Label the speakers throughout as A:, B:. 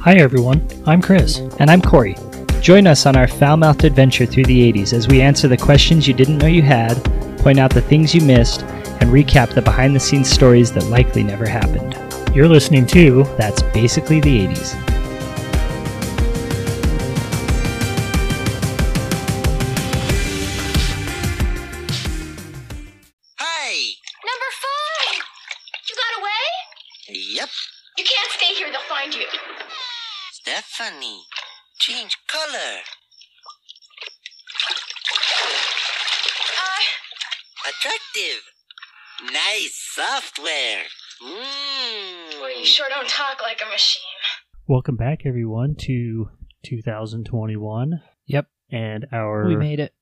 A: Hi, everyone. I'm Chris.
B: And I'm Corey. Join us on our foul mouthed adventure through the 80s as we answer the questions you didn't know you had, point out the things you missed, and recap the behind the scenes stories that likely never happened.
A: You're listening to
B: That's basically the 80s.
C: Hey!
D: Number five! You got away?
C: Yep,
D: You can't stay here, they'll find you.
C: Stephanie. Change color.
D: Uh,
C: Attractive. Nice software. Mmm.
D: well, you sure don't talk like a machine.
A: Welcome back, everyone, to 2021
B: Yep,
A: and our.
B: we made it.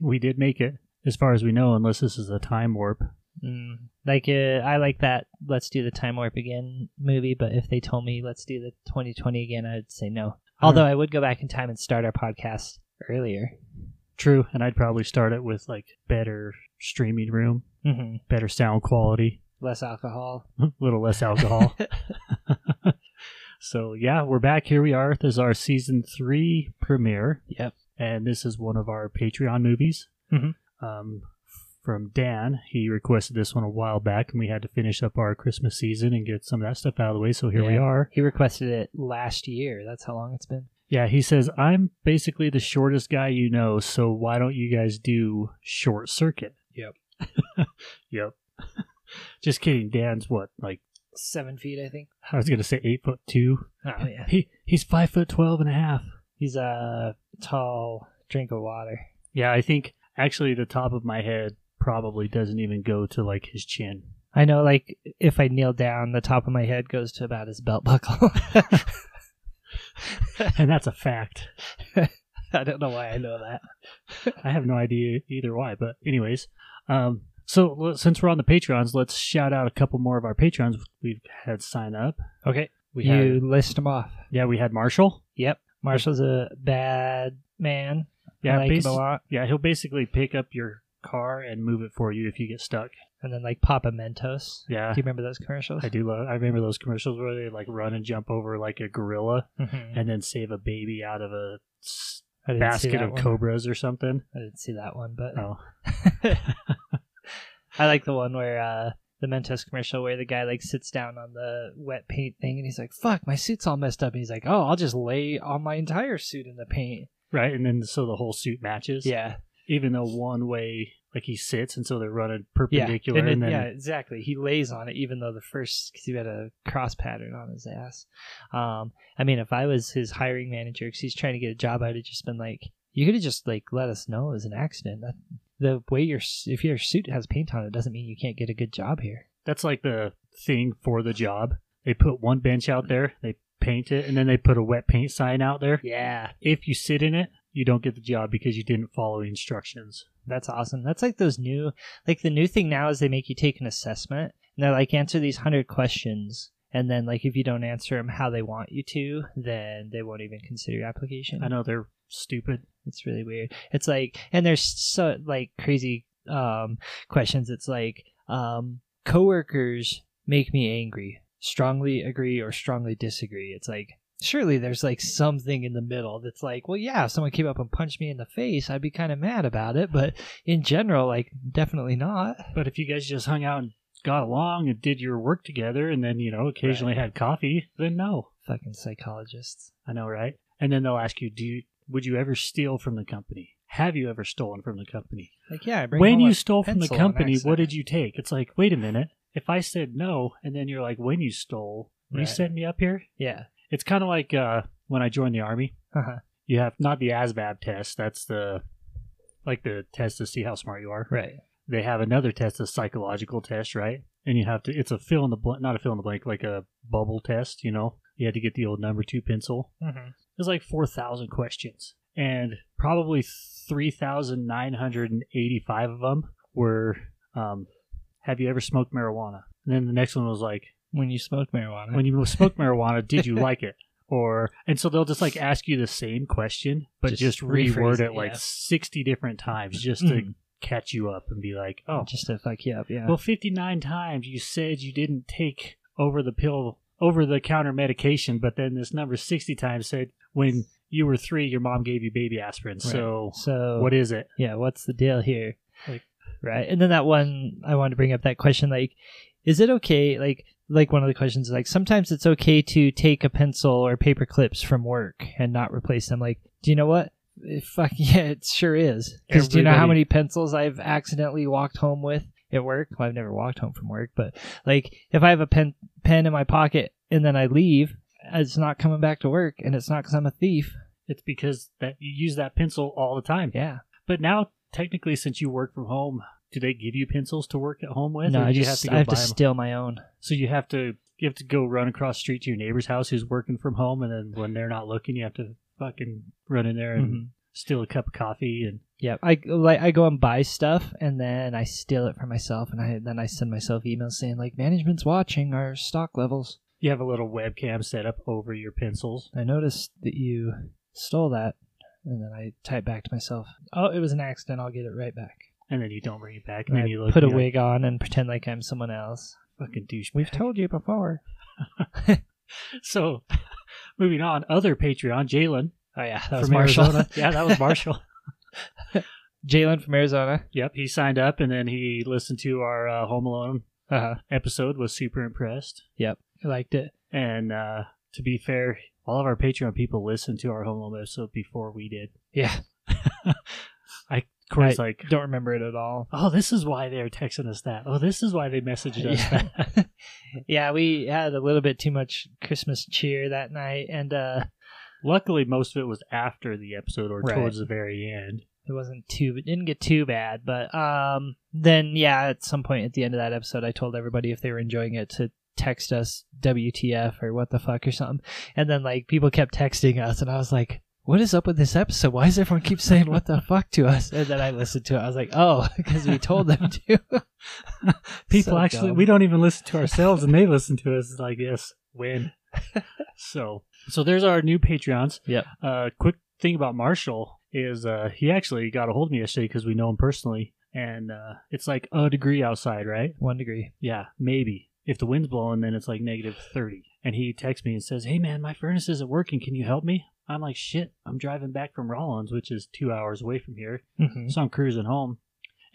A: we did make it, as far as we know, unless this is a time warp.
B: Mm, like uh, I like that let's do the time warp again movie, but if they told me let's do the 2020 again, I'd say no. Although I would go back in time and start our podcast earlier.
A: True, and I'd probably start it with like better streaming room,
B: Mm-hmm.
A: better sound quality,
B: Less alcohol.
A: a little less alcohol. so yeah, we're back. Here we are. This is our season three premiere,
B: Yep.
A: and this is one of our Patreon movies.
B: Mhm.
A: Um, from Dan, he requested this one a while back, and we had to finish up our Christmas season and get some of that stuff out of the way. So here we
B: Yeah.
A: are.
B: He requested it last year. That's how long it's been.
A: Yeah, he says I'm basically the shortest guy you know, so why don't you guys do short circuit? Yep. yep. Just kidding. Dan's what like
B: Seven feet, I think.
A: I was gonna say eight foot two.
B: Oh yeah.
A: He he's five foot twelve and a half.
B: He's a tall drink of water.
A: Yeah, I think actually the top of my head probably doesn't even go to like his chin.
B: I know, like if I kneel down, the top of my head goes to about his belt buckle.
A: And that's a fact.
B: I don't know why I know that.
A: I have no idea either why, but anyways. Um so l- since we're on the Patreons, let's shout out a couple more of our Patreons we've had sign up.
B: Okay,
A: We
B: you
A: had
B: list them off.
A: Yeah, we had Marshall.
B: Yep. Marshall's a bad man.
A: Yeah,
B: I like him
A: basi-
B: a lot.
A: Yeah, he'll basically pick up your car and move it for you if you get stuck.
B: And then like Papa Mentos.
A: Yeah.
B: Do you remember those commercials?
A: I do love I remember those commercials where they like run and jump over like a gorilla
B: Mhm.
A: and then save a baby out of a s-
B: I didn't see
A: basket
B: that
A: of
B: one.
A: cobras or something.
B: I didn't see that one, but
A: Oh.
B: I like the one where uh, the Mentos commercial where the guy like sits down on the wet paint thing and he's like, "Fuck, my suit's all messed up." And he's like, "Oh, I'll just lay on my entire suit in the paint."
A: Right, and then so the whole suit matches.
B: Yeah,
A: Even though one way like he sits and so they're running
B: yeah,
A: perpendicular
B: And
A: and,
B: it-
A: then
B: yeah, exactly. He lays on it, even though the first because he had a cross pattern on his ass. Um, I mean, if I was his hiring manager, because he's trying to get a job, I'd have just been like, "You could have just like let us know it was an accident." That, the way your s- if your suit has paint on it doesn't mean you can't get a good job here.
A: that's like the thing for the job. They put one bench out there, they paint it, and then they put a wet paint sign out there.
B: Yeah,
A: If you sit in it, you don't get the job because you didn't follow instructions.
B: That's awesome. That's like those new, like the new thing now is they make you take an assessment and they're like answer these hundred questions, and then like if you don't answer them how they want you to, then they won't even consider your application.
A: I know they're stupid.
B: It's really weird. It's like, and there's so like crazy um, questions. It's like, um, coworkers make me angry. Strongly agree or strongly disagree. It's like, surely there's like something in the middle that's like, well, yeah, if someone came up and punched me in the face, I'd be kind of mad about it. But in general, like, definitely not.
A: But if you guys just hung out and got along and did your work together and then, you know, occasionally had coffee, then no.
B: Fucking psychologists.
A: I know, right? And then they'll ask you, do you, would you ever steal from the company? Have you ever stolen from the company?
B: Like, yeah, I bring
A: when
B: home
A: you
B: a
A: stole from the
B: pencil on
A: company, what
B: accident.
A: did you take? It's like, wait a minute. If I said no, and then you're like, when you stole, you
B: Right.
A: sent me up here?
B: Yeah.
A: It's kind of like uh, when I joined the army.
B: Uh-huh.
A: You have not the ASVAB test. That's the like the test to see how smart you are.
B: Right.
A: They have another test, a psychological test, right? And you have to. It's a fill in the blank, not a fill in the blank, like a bubble test. You know, you had to get the old number two pencil.
B: Mm-hmm.
A: There's like four thousand questions, and probably three thousand nine hundred and eighty-five of them were, um, "Have you ever smoked marijuana?" And then the next one was like,
B: When you smoke marijuana.
A: when you smoke marijuana, did you like it? Or and so they'll just like ask you the same question, but just,
B: Just
A: reword
B: rephrase
A: it
B: it,
A: like
B: yeah.
A: sixty different times just to
B: Mhm.
A: catch you up and be like, "Oh,
B: Just to fuck you up, yeah.
A: well, fifty nine times you said you didn't take over the pill over the counter medication, but then this number 60 times said when you were three, your mom gave you baby aspirin. So
B: so
A: what is it?
B: yeah, what's the deal here?
A: Like-
B: right. And then that one I wanted to bring up that question like is it okay like like one of the questions like sometimes it's okay to take a pencil or paper clips from work and not replace them like do you know what Eh, fuck yeah it sure is because do you know how
A: Everybody-
B: many pencils i've accidentally walked home with at work well i've never walked home from work but like if i have a pen pen in my pocket and then i leave it's not coming back to work and it's not because i'm a thief
A: It's because that you use that pencil all the time.
B: yeah
A: But now, technically, since you work from home, do they give you pencils to work at home with?
B: no
A: or
B: i
A: do you
B: just
A: have to go
B: i have
A: buy
B: to
A: them?
B: steal my own
A: So you have to you have to go run across the street to your neighbor's house who's working from home, and then when they're not looking, you have to fucking run in there and
B: Mhm.
A: steal a cup of coffee. And
B: Yeah, I like I go and buy stuff, and then I steal it for myself, and I then I send myself emails saying like management's watching our stock levels.
A: you have a little webcam set up over your pencils.
B: I noticed that you stole that, and then I type back to myself, "Oh, it was an accident. I'll get it right back."
A: And then you don't bring it back,
B: And
A: and then
B: I
A: you look
B: put a
A: and you're
B: wig on and pretend like I'm someone else.
A: like, fucking douche.
B: We've told you before.
A: So, moving on, other Patreon, Jalen
B: Oh yeah, that was
A: from
B: Marshall.
A: Arizona. yeah, that was Marshall.
B: Jalen from Arizona.
A: yep, he signed up, and then he listened to our uh, Home Alone
B: Uh huh.
A: episode. Was super impressed.
B: I liked it.
A: And uh, to be fair, all of our Patreon people listened to our Home Alone episode before we did.
B: Yeah,
A: Corey's
B: I
A: like,
B: don't remember it at all.
A: oh, this is why they're texting us that. Oh, this is why they messaged us that.
B: yeah. yeah, we had a little bit too much Christmas cheer that night, and uh
A: Luckily, most of it was after the episode or
B: Right.
A: towards the very end.
B: it wasn't too it didn't get too bad but um then yeah at some point at the end of that episode i told everybody if they were enjoying it to text us wtf or what the fuck or something and then like people kept texting us and i was like what is up with this episode why does everyone keep saying what the fuck to us and then i listened to it i was like oh because we told them to
A: People
B: So
A: actually,
B: dumb.
A: we don't even listen to ourselves, and they listen to us. It's like, yes, win. so, so there's our new Patreons.
B: Yep.
A: Uh, quick thing about Marshall is uh, he actually got a hold of me yesterday because we know him personally, and uh, it's like a degree outside, right?
B: one degree
A: Yeah, maybe. If the wind's blowing, then it's like negative 30. And he texts me and says, Hey, man, my furnace isn't working. Can you help me? I'm like, Shit, I'm driving back from Rollins, which is two hours away from here.
B: mm-hmm.
A: So I'm cruising home.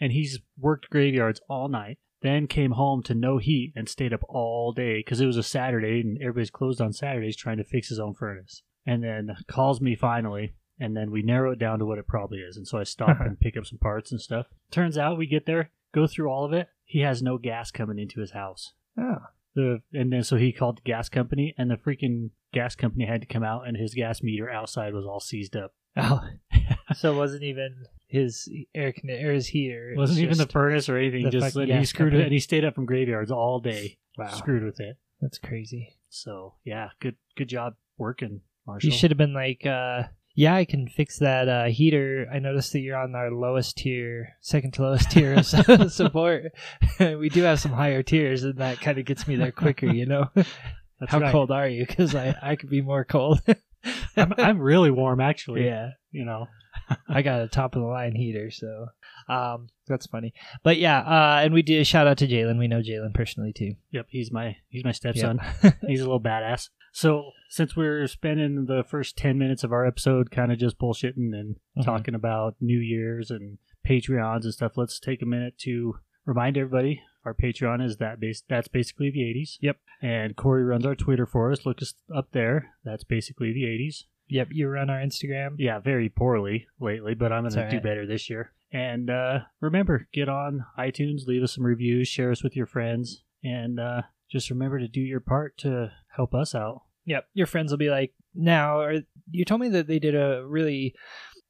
A: And he's worked graveyards all night, then came home to no heat and stayed up all day because it was a Saturday and everybody's closed on Saturdays trying to fix his own furnace. And then calls me finally. And then we narrow it down to what it probably is. And so I stop and pick up some parts and stuff. Turns out we get there, go through all of it. He has no gas coming into his house
B: oh
A: the and then so he called the gas company and the freaking gas company had to come out and his gas meter outside was all seized up
B: oh so it wasn't even his air con- or his heater
A: it
B: It
A: wasn't
B: was
A: even the
B: just-
A: furnace or anything
B: the
A: just
B: fucking
A: and he
B: gas
A: screwed
B: company.
A: it and he stayed up from graveyards all day
B: Wow.
A: screwed with it
B: that's crazy
A: so yeah good good job working marshall
B: You should have been like, uh, yeah, I can fix that uh, heater. I noticed that you're on our lowest tier, second to lowest tier of su- support. we do have some higher tiers, and that kind of gets me there quicker, you know?
A: That's
B: How
A: right.
B: cold are you? Because I, I could be more cold.
A: I'm, I'm really warm actually
B: yeah.
A: you know
B: I got a top of the line heater, so um, that's funny. But yeah, uh, and we do shout out to Jalen. We know Jalen personally too.
A: yep he's my he's my
B: Yep.
A: stepson he's a little badass so since we're spending the first 10 minutes of our episode kind of just bullshitting and
B: Mhm.
A: talking about New Year's and Patreons and stuff, let's take a minute to remind everybody our Patreon is that base. That's basically the '80s.
B: Yep.
A: And Corey runs our Twitter for us. Look us up there. That's basically the '80s.
B: Yep, you run our Instagram.
A: Yeah, very poorly lately, but I'm going
B: It's
A: to
B: all
A: do
B: right.
A: better this year. And uh, remember, get on iTunes, leave us some reviews, share us with your friends, and uh, just remember to do your part to help us out.
B: Yep. Your friends will be like, now, or, you told me that they did a really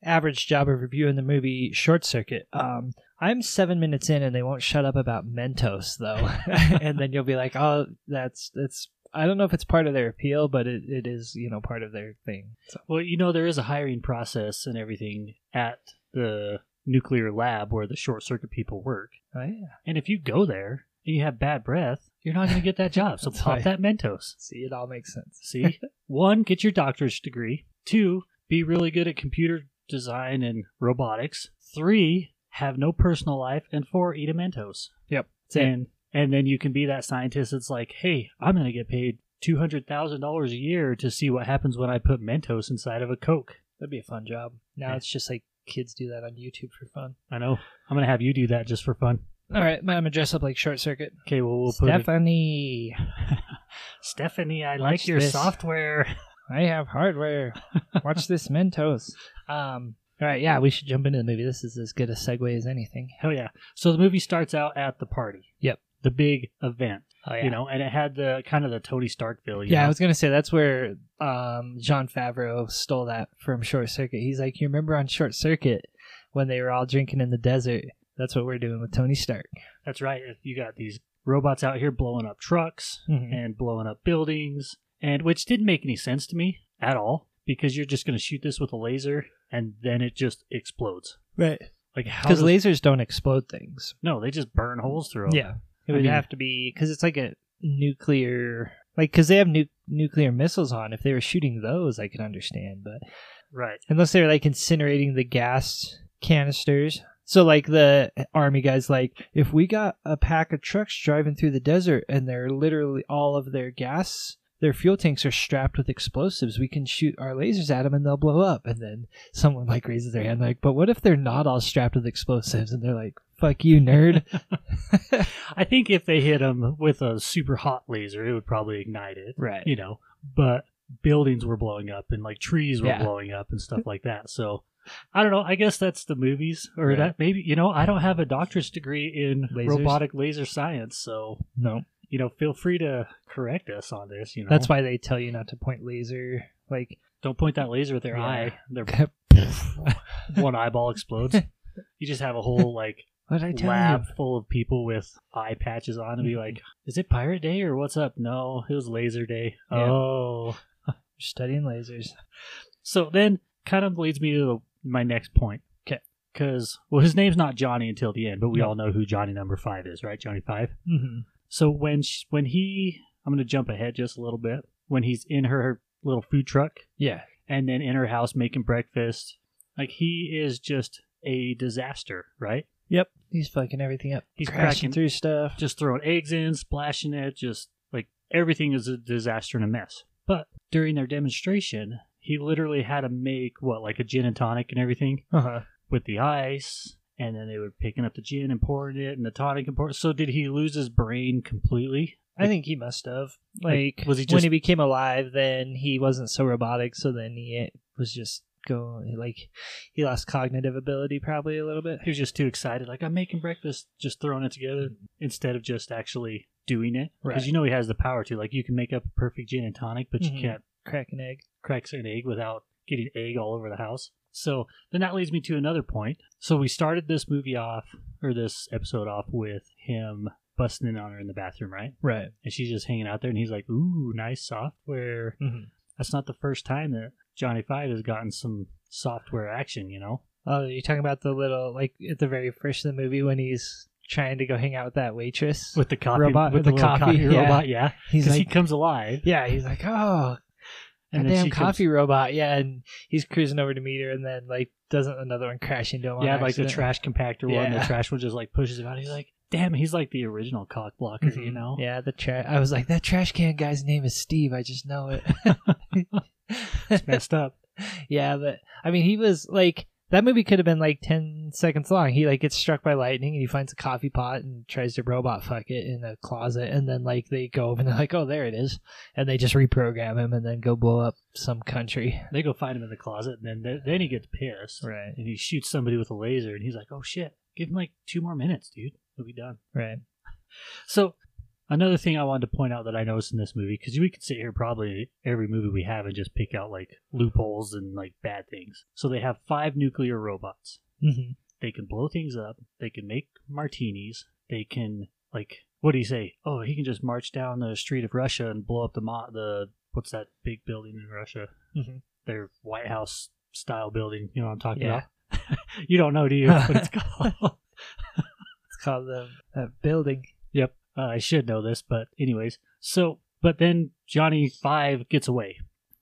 B: average job of reviewing the movie Short Circuit. Um, I'm seven minutes in and they won't shut up about Mentos, though. and then you'll be like, oh, that's, that's, I don't know if it's part of their appeal, but it, it is, you know, part of their thing. So,
A: Well, you know, there is a hiring process and everything at the nuclear lab where the short circuit people work.
B: oh, yeah.
A: And if you go there and you have bad breath, you're not going to get that job. So
B: That's
A: pop
B: right.
A: that Mentos.
B: See, it all makes sense.
A: See? One, get your doctor's degree. Two, be really good at computer design and robotics. Three, have no personal life. And four, eat a Mentos.
B: Yep. That's it.
A: And, and then you can be that scientist that's like, hey, I'm going to get paid $200,000 a year to see what happens when I put Mentos inside of a Coke.
B: That'd be a fun job. Now
A: Yeah.
B: it's just like kids do that on YouTube for fun.
A: I know. I'm going to have you do that just for fun.
B: All right, I'm gonna dress up like Short Circuit.
A: Okay, well, we'll put it.
B: Stephanie,
A: Stephanie, I like
B: Watch
A: your
B: this.
A: software.
B: I have hardware. Watch this Mentos. Um. All right, yeah, we should jump into the movie. This is as good a segue as anything.
A: Hell yeah. So the movie starts out at the party.
B: Yep.
A: The big event,
B: Oh
A: you know, and it had the kind of the Tony Stark feel. you
B: Yeah, I
A: know?
B: was gonna say that's where um, John Favreau stole that from Short Circuit. He's like, you remember on Short Circuit when they were all drinking in the desert? That's what we're doing with Tony Stark.
A: That's right. You got these robots out here blowing up trucks
B: Mm-hmm.
A: and blowing up buildings, and which didn't make any sense to me at all because you're just going to shoot this with a laser and then it just explodes.
B: Right,
A: Like how?
B: because
A: does-
B: lasers don't explode things.
A: no, they just burn holes through. 'em.
B: Yeah, it
A: I
B: would
A: mean-
B: have to be because it's like a nuclear, like because they have nu- nuclear missiles on. If they were shooting those, I could understand, but
A: Right.
B: unless they're like incinerating the gas canisters. So like the army guys like if we got a pack of trucks driving through the desert and they're literally all of their gas their fuel tanks are strapped with explosives we can shoot our lasers at them and they'll blow up and then someone like raises their hand like but what if they're not all strapped with explosives and they're like fuck you nerd
A: I think if they hit them with a super hot laser, it would probably ignite it.
B: right
A: You know, but buildings were blowing up and like trees were
B: Yeah.
A: blowing up and stuff like that. So. I don't know. I guess that's the movies, or
B: Yeah.
A: that maybe you know. I don't have a doctorate degree in
B: Lasers?
A: robotic laser science, so
B: no
A: you know, feel free to correct us on this. You know,
B: that's why they tell you not to point laser like
A: don't point that laser at their
B: Yeah.
A: eye. Their one eyeball explodes. You just have a whole like
B: what did I tell you
A: lab
B: Mm-hmm.
A: full of people with eye patches on and be like, "Is it Pirate Day or what's up?" No, it was Laser Day.
B: Yeah.
A: Oh,
B: studying lasers
A: so then kind of leads me to the, my next point.
B: 'Kay.
A: because well, his name's not Johnny until the end, but we
B: No.
A: all know who Johnny Number Five is, right? Johnny Five.
B: mm-hmm.
A: So when sh when he, I'm going to jump ahead just a little bit. When he's in her little food truck,
B: yeah
A: and then in her house making breakfast. Like he is just a disaster, right?
B: Yep. He's fucking everything up.
A: He's
B: crashing
A: cracking-
B: through stuff.
A: Just throwing eggs in, splashing it, just like everything is a disaster and a mess. But during their demonstration, he literally had to make what, like a gin and tonic and everything
B: Uh huh.
A: with the ice, and then they were picking up the gin and pouring it and the tonic and pouring. So did he lose his brain completely?
B: I think he must have.
A: Like,
B: Like,
A: was he
B: when
A: just-
B: he became alive? Then he wasn't so robotic. So then he was just going like he lost cognitive ability probably a little bit.
A: He was just too excited, like I'm making breakfast, just throwing it together instead of just actually doing it. Because
B: Right.
A: you know he has the power to. Like you can make up a perfect gin and tonic, but
B: Mhm.
A: you can't
B: Crack an egg.
A: crack an egg without getting egg all over the house. So then that leads me to another point. So we started this movie off, or this episode off, with him busting in on her in the bathroom, right?
B: Right.
A: And she's just hanging out there, and he's like, "Ooh, nice software."
B: Mhm.
A: That's not the first time that Johnny Five has gotten some software action, you know?
B: Oh, you're talking about the little like at the very first of the movie when he's trying to go hang out with that waitress.
A: With the copy,
B: Robot-
A: with the,
B: the
A: little
B: coffee,
A: copy
B: yeah.
A: robot, yeah.
B: he's
A: Because
B: like,
A: he comes alive.
B: yeah, he's like, oh,
A: And
B: and
A: then
B: damn
A: she comes-
B: coffee robot. Yeah, and he's cruising over to meet her, and then like doesn't another one crash into him? on
A: yeah, like the
B: accident?
A: trash compactor one. The
B: Yeah.
A: trash one just like pushes him out. He's like, damn, he's like the original cock blocker, you
B: Mhm.
A: know?
B: Yeah, the trash. I was like, that trash can guy's name is Steve. I just know
A: It's
B: it.
A: messed up.
B: yeah, but I mean, he was like that movie could have been like ten seconds long. He like gets struck by lightning and he finds a coffee pot and tries to robot fuck it in a closet, and then like they go over and they're like, oh, there it is, and they just reprogram him and then go blow up some country.
A: They go find him in the closet, and then then he gets pissed.
B: Right.
A: And he shoots somebody with a laser, and he's like, oh shit, give him like two more minutes, dude. He'll be done.
B: Right.
A: So, another thing I wanted to point out that I noticed in this movie, because we could sit here probably every movie we have and just pick out like loopholes and like bad things. So, they have five nuclear robots.
B: hmm
A: they can blow things up they can make martinis they can like what do you say oh he can just march down the street of russia and blow up the mo- the what's that big building in russia
B: Mhm.
A: their white house style building you know what i'm talking
B: Yeah.
A: about you don't know do you what it's called
B: It's called the that building.
A: yep uh, i should know this but anyways so but then johnny five gets away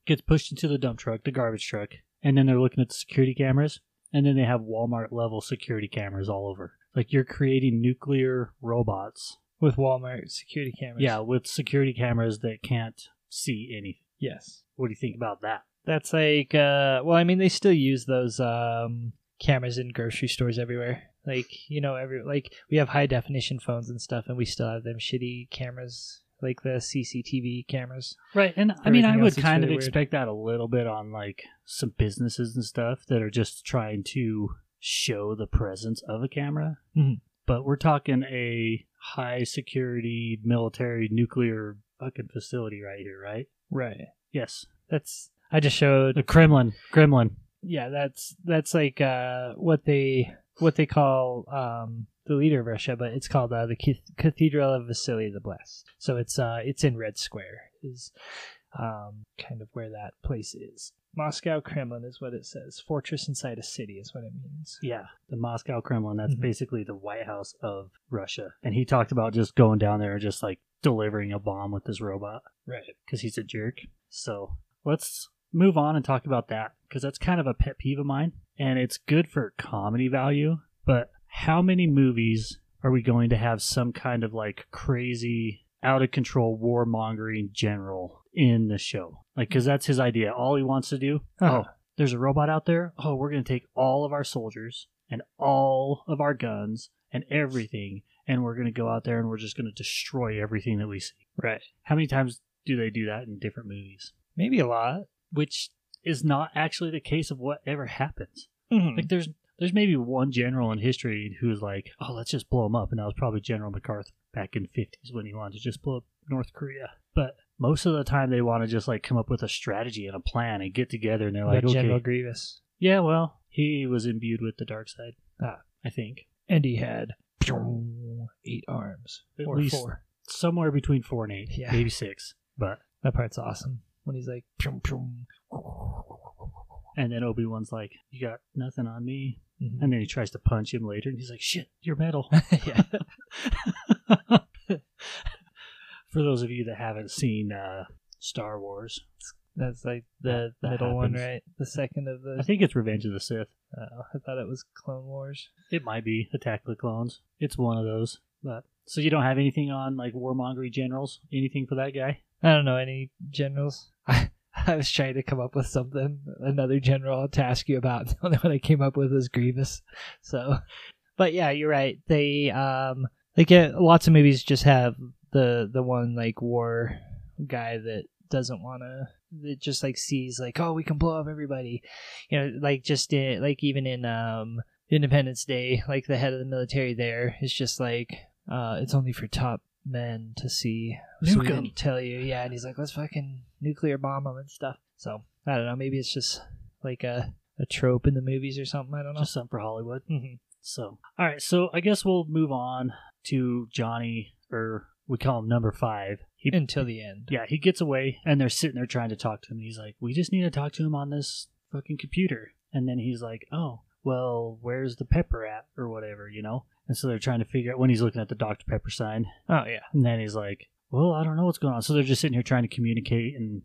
A: gets pushed into the dump truck the garbage truck and then they're looking at the security cameras and then they have walmart level security cameras all over like you're creating nuclear robots
B: With Walmart security cameras.
A: yeah with security cameras that can't see anything.
B: Yes.
A: What do you think about that?
B: That's like uh well I mean they still use those um cameras in grocery stores everywhere. Like, you know, every like we have high definition phones and stuff and we still have them shitty cameras like the CCTV cameras.
A: Right, and I mean, I
B: Everything
A: would
B: else is
A: kind
B: really
A: of
B: weird.
A: expect that a little bit on like some businesses and stuff that are just trying to show the presence of a camera.
B: Mhm.
A: But we're talking a high security military nuclear fucking facility right here, right?
B: Right.
A: Yes,
B: That's I just showed
A: the Kremlin. Kremlin.
B: yeah that's that's like uh what they what they call um the leader of russia but it's called uh, the Cath- cathedral of vasily the blessed so it's uh it's in red square is um kind of where that place is moscow kremlin is what it says fortress inside a city is what it means
A: Yeah, the Moscow Kremlin. That's
B: Mhm.
A: basically the White House of Russia. And he talked about just going down there and just like delivering a bomb with his robot.
B: right
A: because he's a jerk. So let's move on and talk about that because that's kind of a pet peeve of mine, and it's good for comedy value. But how many movies are we going to have some kind of like crazy, out of control warmongering general in the show? Like, because that's his idea. All he wants to do.
B: Uh-huh.
A: Oh, there's a robot out there. Oh, we're going to take all of our soldiers and all of our guns and everything, and we're going to go out there and we're just going to destroy everything that we see.
B: right
A: How many times do they do that in different movies?
B: maybe a lot
A: Which is not actually the case of what ever happens.
B: Like,
A: Like there's there's maybe one general in history who's like, oh, let's just blow him up, and that was probably General MacArthur back in the 50s when he wanted to just blow up North Korea. But most of the time, they want to just like come up with a strategy and a plan and get together, and they're like,
B: like
A: okay,
B: general grievous
A: yeah, well, he was imbued with the dark side. uh,
B: Ah.
A: I think
B: and he had eight arms
A: At
B: or
A: least-
B: four
A: somewhere between four and eight,
B: Yeah.
A: maybe six, but
B: that part's awesome when he's like Mm-hmm.
A: And then Obi Wan's like, "You got nothing on me,"
B: Mhm.
A: and then he tries to punch him later, and he's like, "Shit, you're metal."
B: yeah
A: For those of you that haven't seen uh, Star Wars,
B: That's like the
A: That
B: middle one,
A: happens.
B: right? The second of the.
A: I think it's Revenge of the Sith.
B: oh, I thought it was Clone Wars.
A: It might be Attack of the Clones. It's one of those. But so you don't have anything on like warmongery generals, anything for that guy?
B: I don't know any generals. I, I was trying to come up with something, another general to ask you about. The only one I came up with was Grievous. So, but yeah, you're right. They um like uh, lots of movies just have the the one like war guy that doesn't want to that just like sees like oh we can blow up everybody you know like just in, like even in um independence day like the head of the military there is just like uh it's only for top men to see so we
A: Nuke 'em.
B: didn't tell you yeah and he's like let's fucking nuclear bomb them and stuff so i don't know maybe it's just like a a trope in the movies or something i don't know
A: Just something for Hollywood. Mm-hmm.
B: Mhm.
A: So all right, so I guess we'll move on to Johnny, or we call him Number Five. He
B: until the end
A: Yeah, he gets away, and they're sitting there trying to talk to him. He's like, "We just need to talk to him on this fucking computer." And then he's like, "Oh, well, where's the pepper at, or whatever, you know?" And so they're trying to figure out when he's looking at the Dr Pepper sign,
B: oh yeah
A: and then he's like, "Well, I don't know what's going on." So they're just sitting here trying to communicate, and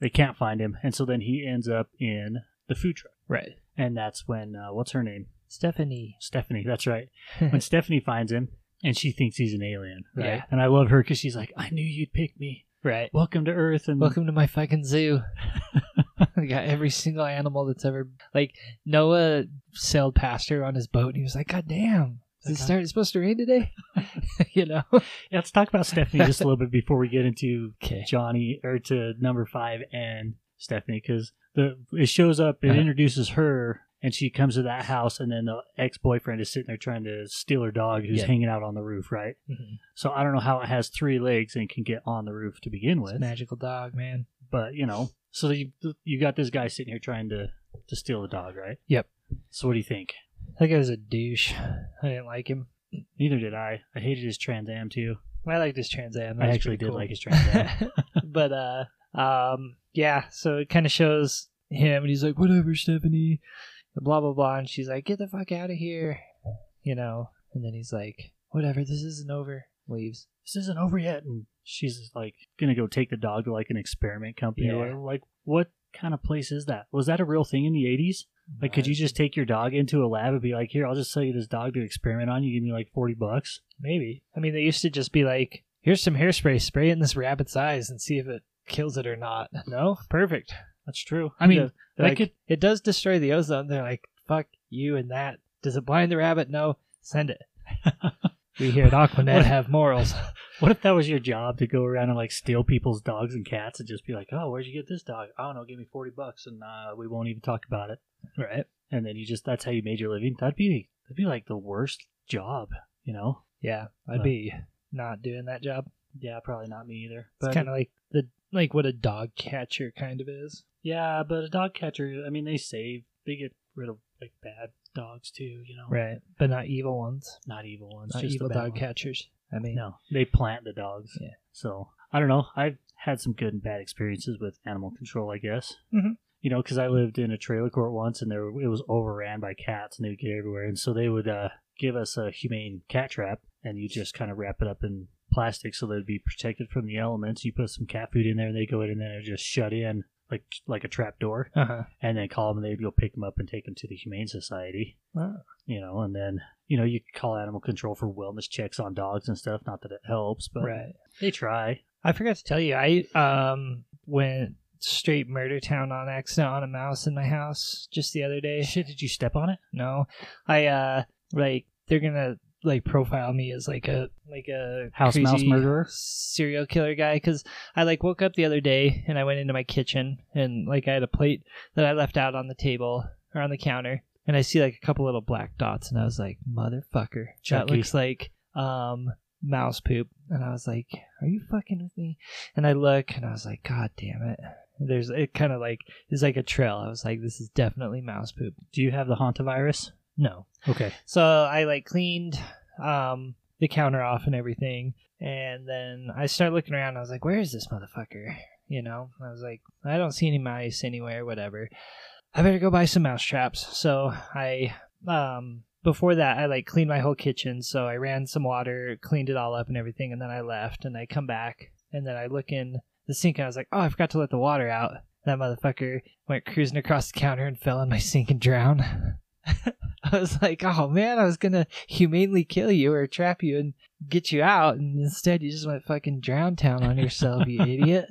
A: they can't find him. And so then he ends up in the food truck,
B: right
A: and that's when uh, what's her name,
B: stephanie
A: Stephanie. That's right. When Stephanie finds him, and she thinks he's an alien, right?
B: Yeah.
A: And I love her because she's like, "I knew you'd pick me.
B: right
A: Welcome to Earth." And
B: Welcome to my fucking zoo. I got every single animal that's ever like Noah sailed past her on his boat and he was like, God damn. Is it
A: Okay.
B: start, supposed to rain today? you know?
A: Yeah, let's talk about Stephanie just a little bit before we get into
B: Okay.
A: Johnny or to number five and Stephanie because the it shows up, it
B: Uh-huh.
A: introduces her, and she comes to that house, and then the ex boyfriend is sitting there trying to steal her dog who's
B: Yeah.
A: hanging out on the roof, right? So I don't know how it has three legs and can get on the roof to begin
B: It's
A: with,
B: a magical dog, man.
A: but you know, so you you got this guy sitting here trying to to steal the dog, right?
B: Yep.
A: So what do you think?
B: That guy was a douche. I didn't like him.
A: Neither did I. I hated his Trans Am too.
B: I liked his Trans Am. That
A: I
B: was
A: actually
B: pretty
A: did
B: cool.
A: like his Trans Am.
B: but uh um yeah so it kind of shows him and he's like whatever stephanie blah blah blah and she's like get the fuck out of here you know and then he's like whatever this isn't over leaves
A: this isn't over yet and she's like gonna go take the dog to like an experiment company
B: Yeah.
A: or whatever. like what kind of place is that was that a real thing in the 80s like
B: Uh,
A: could you just take your dog into a lab and be like here i'll just sell you this dog to experiment on you give me like 40 bucks
B: maybe i mean they used to just be like here's some hairspray spray it in this rabbit's eyes and see if it kills it or not. No, perfect.
A: That's true. I mean,
B: Yeah,
A: that
B: They're like,
A: could
B: it does destroy the ozone. They're like, fuck you and that. Does it blind the rabbit? No, send it. we here at Aquanet
A: What-
B: have morals.
A: What if that was your job to go around and like steal people's dogs and cats and just be like, "Oh, where'd you get this dog? I don't know. Give me forty bucks, and uh, we won't even talk about it."
B: right.
A: And then you just—that's how you made your living. That'd be that'd be like the worst job, you know?
B: Yeah,
A: Uh,
B: I'd be not doing that job.
A: Yeah, probably not me either.
B: It's
A: But
B: kind of like the like what a dog catcher kind of is.
A: yeah, but a dog catcher—I mean, they save. They get rid of like bad dogs too, you know?
B: Right. But not evil ones.
A: Not evil ones.
B: Not
A: just the
B: evil
A: bad
B: dog
A: ones.
B: catchers. I mean,
A: No, they plant the dogs.
B: Yeah.
A: So I don't know. I've had some good and bad experiences with animal control, I guess.
B: Mhm.
A: You know, because I lived in a trailer court once, and there it was overran by cats, and they would get everywhere. And so they would uh, give us a humane cat trap, and you just kind of wrap it up in plastic so they'd be protected from the elements. You put some cat food in there, and they go in, and then it just shut in like like a trap door
B: Uh-huh.
A: and then call them and they'd go pick them up and take them to the humane society
B: Wow.
A: you know and then you know you could call animal control for wellness checks on dogs and stuff not that it helps but
B: Right.
A: they try
B: I forgot to tell you, I um went straight murder town on accident on a mouse in my house just the other day.
A: shit did you step on it
B: No, I uh like they're gonna like profile me as like a like a
A: House mouse
B: crazy
A: murderer?
B: serial killer guy because I like woke up the other day and I went into my kitchen and like I had a plate that I left out on the table or on the counter and I see like a couple little black dots and I was like motherfucker that
A: Chucky.
B: looks like um mouse poop and I was like are you fucking with me and I look and I was like god damn it there's it kind of like is like a trail I was like this is definitely mouse poop
A: do you have the hantavirus
B: no
A: okay
B: so I like cleaned um, the counter off and everything, and then I started looking around. I was like, "Where is this motherfucker?" You know, I was like, "I don't see any mice anywhere. Whatever. I better go buy some mouse traps." So I um, before that, I like cleaned my whole kitchen. So I ran some water, cleaned it all up and everything, and then I left. And I come back, and then I look in the sink, and I was like, "Oh, I forgot to let the water out." That motherfucker went cruising across the counter and fell in my sink and drowned. I was like, oh man, I was gonna humanely kill you or trap you and get you out, and instead you just went fucking drown town on yourself, you idiot.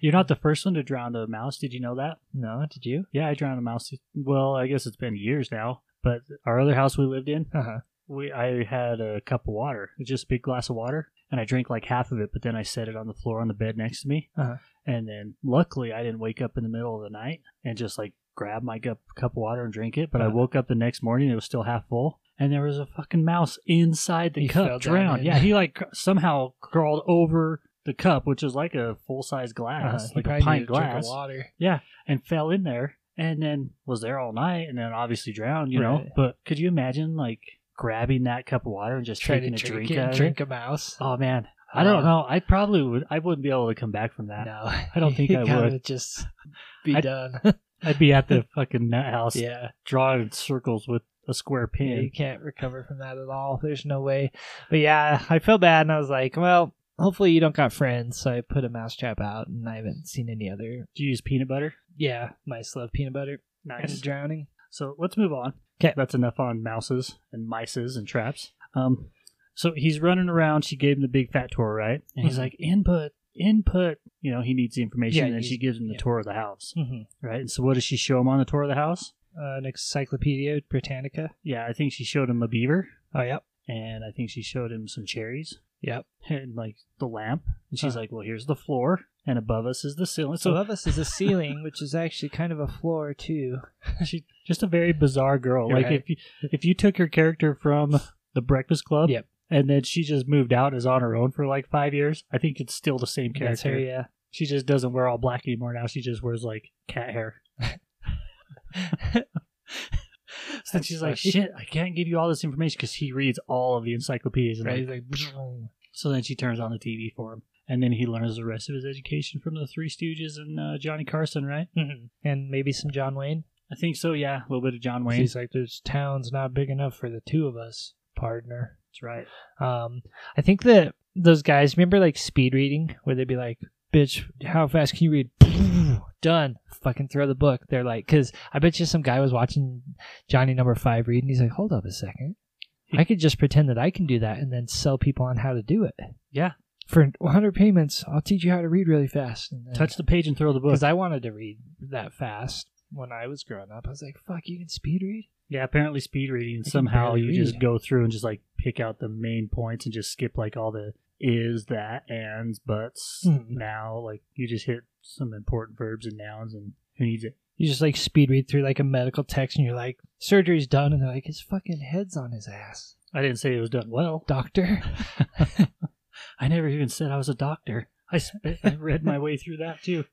A: you're not the first one to drown a mouse did you know that
B: No, did you?
A: yeah i drowned a mouse well i guess it's been years now but our other house we lived in
B: Uh huh.
A: we I had a cup of water, just a big glass of water, and I drank like half of it. But then I set it on the floor on the bed next to me,
B: Uh-huh.
A: and then luckily I didn't wake up in the middle of the night and just like grab my cup cup of water and drink it. But I
B: Uh-huh.
A: woke up the next morning; it was still half full, and there was a fucking mouse inside the
B: He fell down
A: cup, drowned.
B: in.
A: Yeah, he like somehow crawled over the cup, which is like a full size
B: Uh-huh.
A: glass, uh-huh. like a pint glass,
B: water.
A: and fell in there and then was there all night and then obviously drowned, you know.
B: Right.
A: But could you imagine like grabbing that cup of water and just
B: Try to
A: taking a
B: drink,
A: drink,
B: it,
A: out of
B: drink a mouse.
A: it? Oh man. I don't
B: Uh,
A: know. I probably would I wouldn't be able to come back from that.
B: No, I
A: don't think I would.
B: Just be
A: I-
B: done.
A: I'd be at the fucking nut house
B: yeah.
A: drawing circles with a square
B: Yeah, you
A: pin.
B: can't recover from that at all. There's no way. But yeah, I feel bad, and I was like, well, hopefully you don't got friends. So I put a mousetrap out, and I haven't seen any other.
A: Do you use peanut butter?
B: Yeah, mice love peanut butter
A: Nice.
B: and drowning.
A: So let's move on.
B: 'Kay.
A: That's enough on mouses and mices and traps. Um, so he's running around. She gave him the big fat tour, right? And he's
B: Mhm.
A: like, input, input. You know, he needs the information.
B: Yeah,
A: and then
B: he's-
A: she gives him the
B: yeah.
A: tour of the house,
B: Mm-hmm.
A: right? And so what does she show him on the tour of the house?
B: Uh, an Encyclopedia Britannica.
A: Yeah, I think she showed him a beaver.
B: Oh, yep.
A: And I think she showed him some cherries
B: Yep.
A: and like the lamp. And she's
B: Uh-huh.
A: like, well, here's the floor. And above us is the ceiling. So
B: Above us is a ceiling, which is actually kind of a floor, too.
A: she's just a very bizarre girl.
B: You're
A: like
B: right.
A: if you, if you took her character from The Breakfast Club,
B: Yep.
A: and then she just moved out and is on her own for like five years, I think it's still the same
B: That's
A: character.
B: her, yeah.
A: She just doesn't wear all black anymore now. She just wears like cat hair. So
B: That's
A: she's like,
B: funny.
A: "Shit, I can't give you all this information because he reads all of the encyclopedias." And
B: Right?
A: like-
B: He's like, "Bzzz."
A: so then she turns on the TV for him, and then he learns the rest of his education from the Three Stooges and uh, Johnny Carson, right?
B: Mhm. and maybe some John Wayne.
A: I think so. Yeah, a little bit of John Wayne.
B: He's like, this town's not big enough for the two of us, partner.
A: That's right.
B: Um, I think that those guys remember like speed reading where they'd be like, "Bitch, how fast can you read?" Done. Fucking throw the book. They're like, because I bet you some guy was watching Johnny Number Five read, and he's like, "Hold up a second, I could just pretend that I can do that, and then sell people on how to do it."
A: Yeah,
B: for 100 payments, I'll teach you how to read really fast. And then-
A: Touch the page and throw the book.
B: because I wanted to read that fast when I was growing up. I was like, "Fuck, you can speed read."
A: yeah, apparently speed reading
B: can
A: somehow
B: barely
A: you just
B: read.
A: go through and just like pick out the main points and just skip like all the is, that, ands, buts,
B: Hmm.
A: now. Like you just hit some important verbs and nouns and who needs it?
B: You just like speed read through like a medical text, and you're like, "Surgery's done," and they're like, "His fucking head's on his ass,
A: I didn't say it was done well.
B: doctor."
A: I never even said I was a doctor. I, sp- I read my way through that too.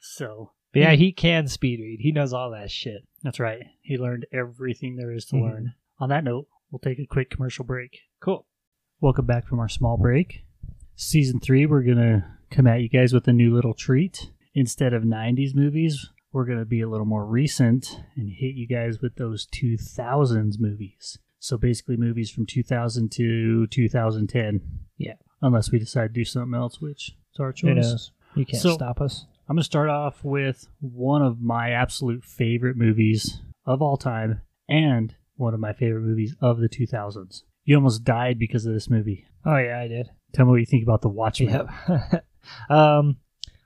A: So
B: But yeah, he can speed read. He knows all that shit.
A: that's right. He learned everything there is to
B: Mhm.
A: learn. On that note, we'll take a quick commercial break. Cool. Welcome back from our small break. Season three, we're going to come at you guys with a new little treat. Instead of 90s movies, we're going to be a little more recent and hit you guys with those 2000s movies. So basically, movies from 2000 to 2010.
B: Yeah.
A: Unless we decide to do something else, which is our choice.
B: Who knows? You can't
A: So-
B: stop us.
A: I'm going to start off with one of my absolute favorite movies of all time and one of my favorite movies of the 2000s. You almost died because of this movie.
B: Oh yeah, I did.
A: Tell me what you think about The Watchmen.
B: Yep. um,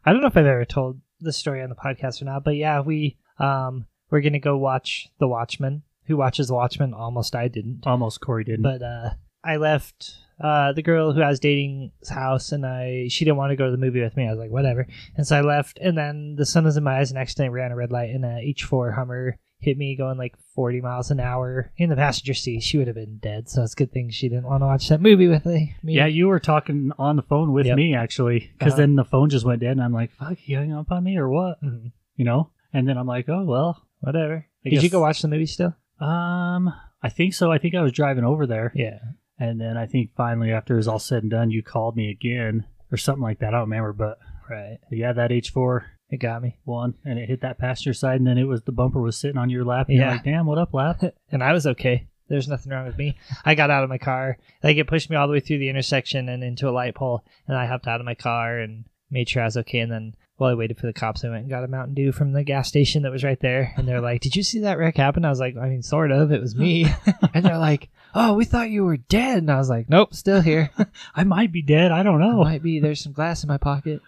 B: I don't know if I've ever told the story on the podcast or not, but yeah, we um we're gonna go watch The Watchmen. Who watches The Watchmen? Almost I didn't.
A: Almost Corey didn't.
B: but uh, I left uh, the girl who I was dating's house, and I she didn't want to go to the movie with me. I was like, whatever, and so I left. And then the sun was in my eyes, and I accidentally ran a red light, and a H four Hummer hit me going like 40 miles an hour in the passenger seat. She would have been dead. So it's a good thing she didn't want to watch that movie with me. me.
A: yeah, you were talking on the phone with
B: Yep.
A: me actually because
B: Uh-huh.
A: then the phone just went dead and I'm like, fuck, you hung up on me or what?
B: Mhm.
A: You know? And then I'm like, oh, well, whatever. I
B: Did you
A: guess-
B: go watch the movie still?
A: Um, I think so. I think I was driving over there.
B: Yeah.
A: And then I think finally, after it was all said and done, you called me again or something like that. I don't remember, but
B: Right.
A: Yeah, that H four
B: It got me.
A: one, and it hit that passenger side, and then it was the bumper was sitting on your lap. And
B: Yeah.
A: You're like, damn, what up, lap?
B: and I was okay. There's nothing wrong with me. I got out of my car. Like it pushed me all the way through the intersection and into a light pole, and I hopped out of my car and made sure I was okay. And then while I waited for the cops, I went and got a Mountain Dew from the gas station that was right there. And they're like, "Did you see that wreck happen?" I was like, "I mean, sort of. It was me." and they're like, "Oh, we thought you were dead." And I was like, "Nope, still here.
A: I might be dead. I don't know.
B: Might be there's some glass in my pocket."